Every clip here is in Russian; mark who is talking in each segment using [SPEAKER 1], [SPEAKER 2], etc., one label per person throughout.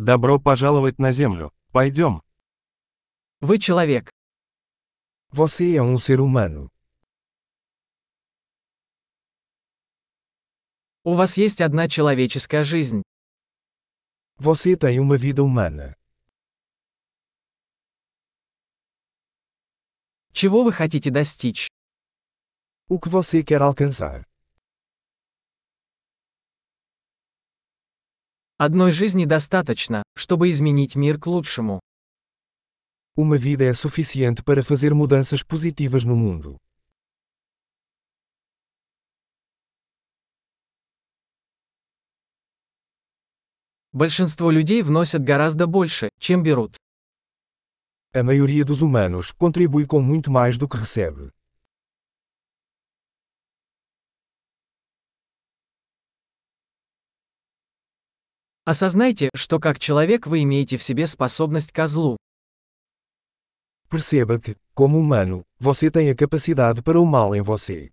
[SPEAKER 1] Добро пожаловать на Землю. Пойдем.
[SPEAKER 2] Вы человек.
[SPEAKER 3] Você é um ser humano.
[SPEAKER 2] У вас есть одна человеческая жизнь.
[SPEAKER 3] Você tem uma vida humana.
[SPEAKER 2] Чего вы хотите достичь?
[SPEAKER 3] O que você quer alcançar?
[SPEAKER 2] Одной жизни достаточно, чтобы изменить мир к лучшему.
[SPEAKER 3] Uma vida é suficiente para fazer mudanças positivas no mundo.
[SPEAKER 2] Большинство людей вносят гораздо больше, чем берут.
[SPEAKER 3] A maioria dos humanos contribui com muito mais do que recebe.
[SPEAKER 2] Осознайте, что как человек вы имеете в себе способность ко злу.
[SPEAKER 3] Perceba que, como humano, você tem a capacidade para o mal em você.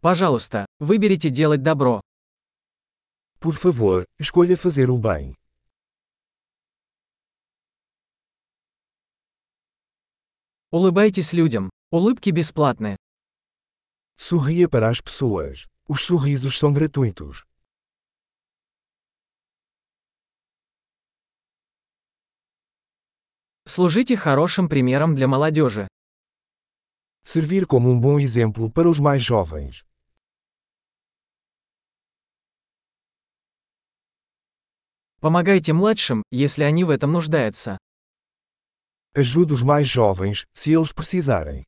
[SPEAKER 2] Пожалуйста, выберите делать добро.
[SPEAKER 3] Por favor, escolha fazer o bem.
[SPEAKER 2] Улыбайтесь людям. Улыбки бесплатны.
[SPEAKER 3] Sorria para as pessoas. Os sorrisos são gratuitos.
[SPEAKER 2] Служите хорошим примером для молодежи.
[SPEAKER 3] Servir como um bom exemplo para os mais jovens.
[SPEAKER 2] Помогайте младшим, если они в этом нуждаются.
[SPEAKER 3] Ajude os mais jovens, se eles precisarem.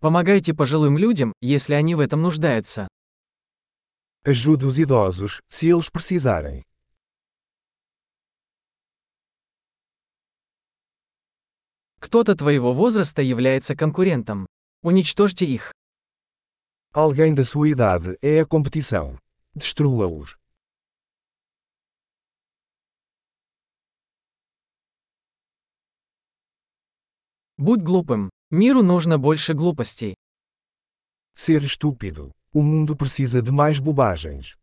[SPEAKER 2] Помогайте пожилым людям, если они в этом нуждаются.
[SPEAKER 3] Ajude os idosos, se eles precisarem.
[SPEAKER 2] Кто-то твоего возраста является конкурентом. Уничтожьте их.
[SPEAKER 3] Alguém da sua idade é a competição. Destrua-os.
[SPEAKER 2] Будь глупым. Миру нужно больше глупостей.
[SPEAKER 3] Ser estúpido. O mundo precisa de mais bobagens.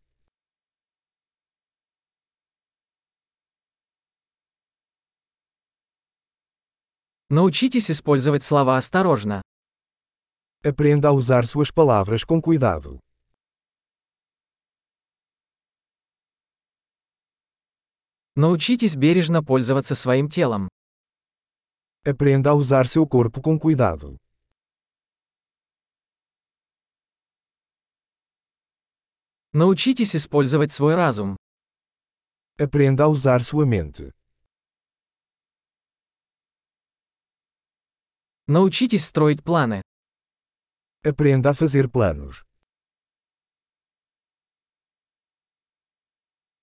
[SPEAKER 2] Научитесь использовать слова осторожно.
[SPEAKER 3] Aprenda a usar suas palavras com cuidado.
[SPEAKER 2] Научитесь бережно пользоваться своим телом.
[SPEAKER 3] Aprenda a usar seu corpo com cuidado.
[SPEAKER 2] Научитесь использовать свой разум.
[SPEAKER 3] Aprenda a usar sua mente.
[SPEAKER 2] Научитесь строить планы.
[SPEAKER 3] Aprenda a fazer planos.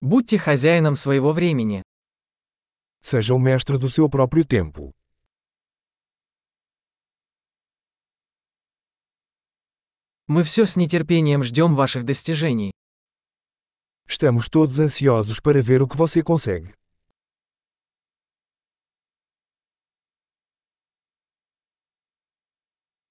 [SPEAKER 2] Будьте хозяином своего времени.
[SPEAKER 3] Seja o mestre do seu próprio tempo.
[SPEAKER 2] Мы все с нетерпением ждем ваших достижений.
[SPEAKER 3] Estamos todos ansiosos para ver o que você consegue.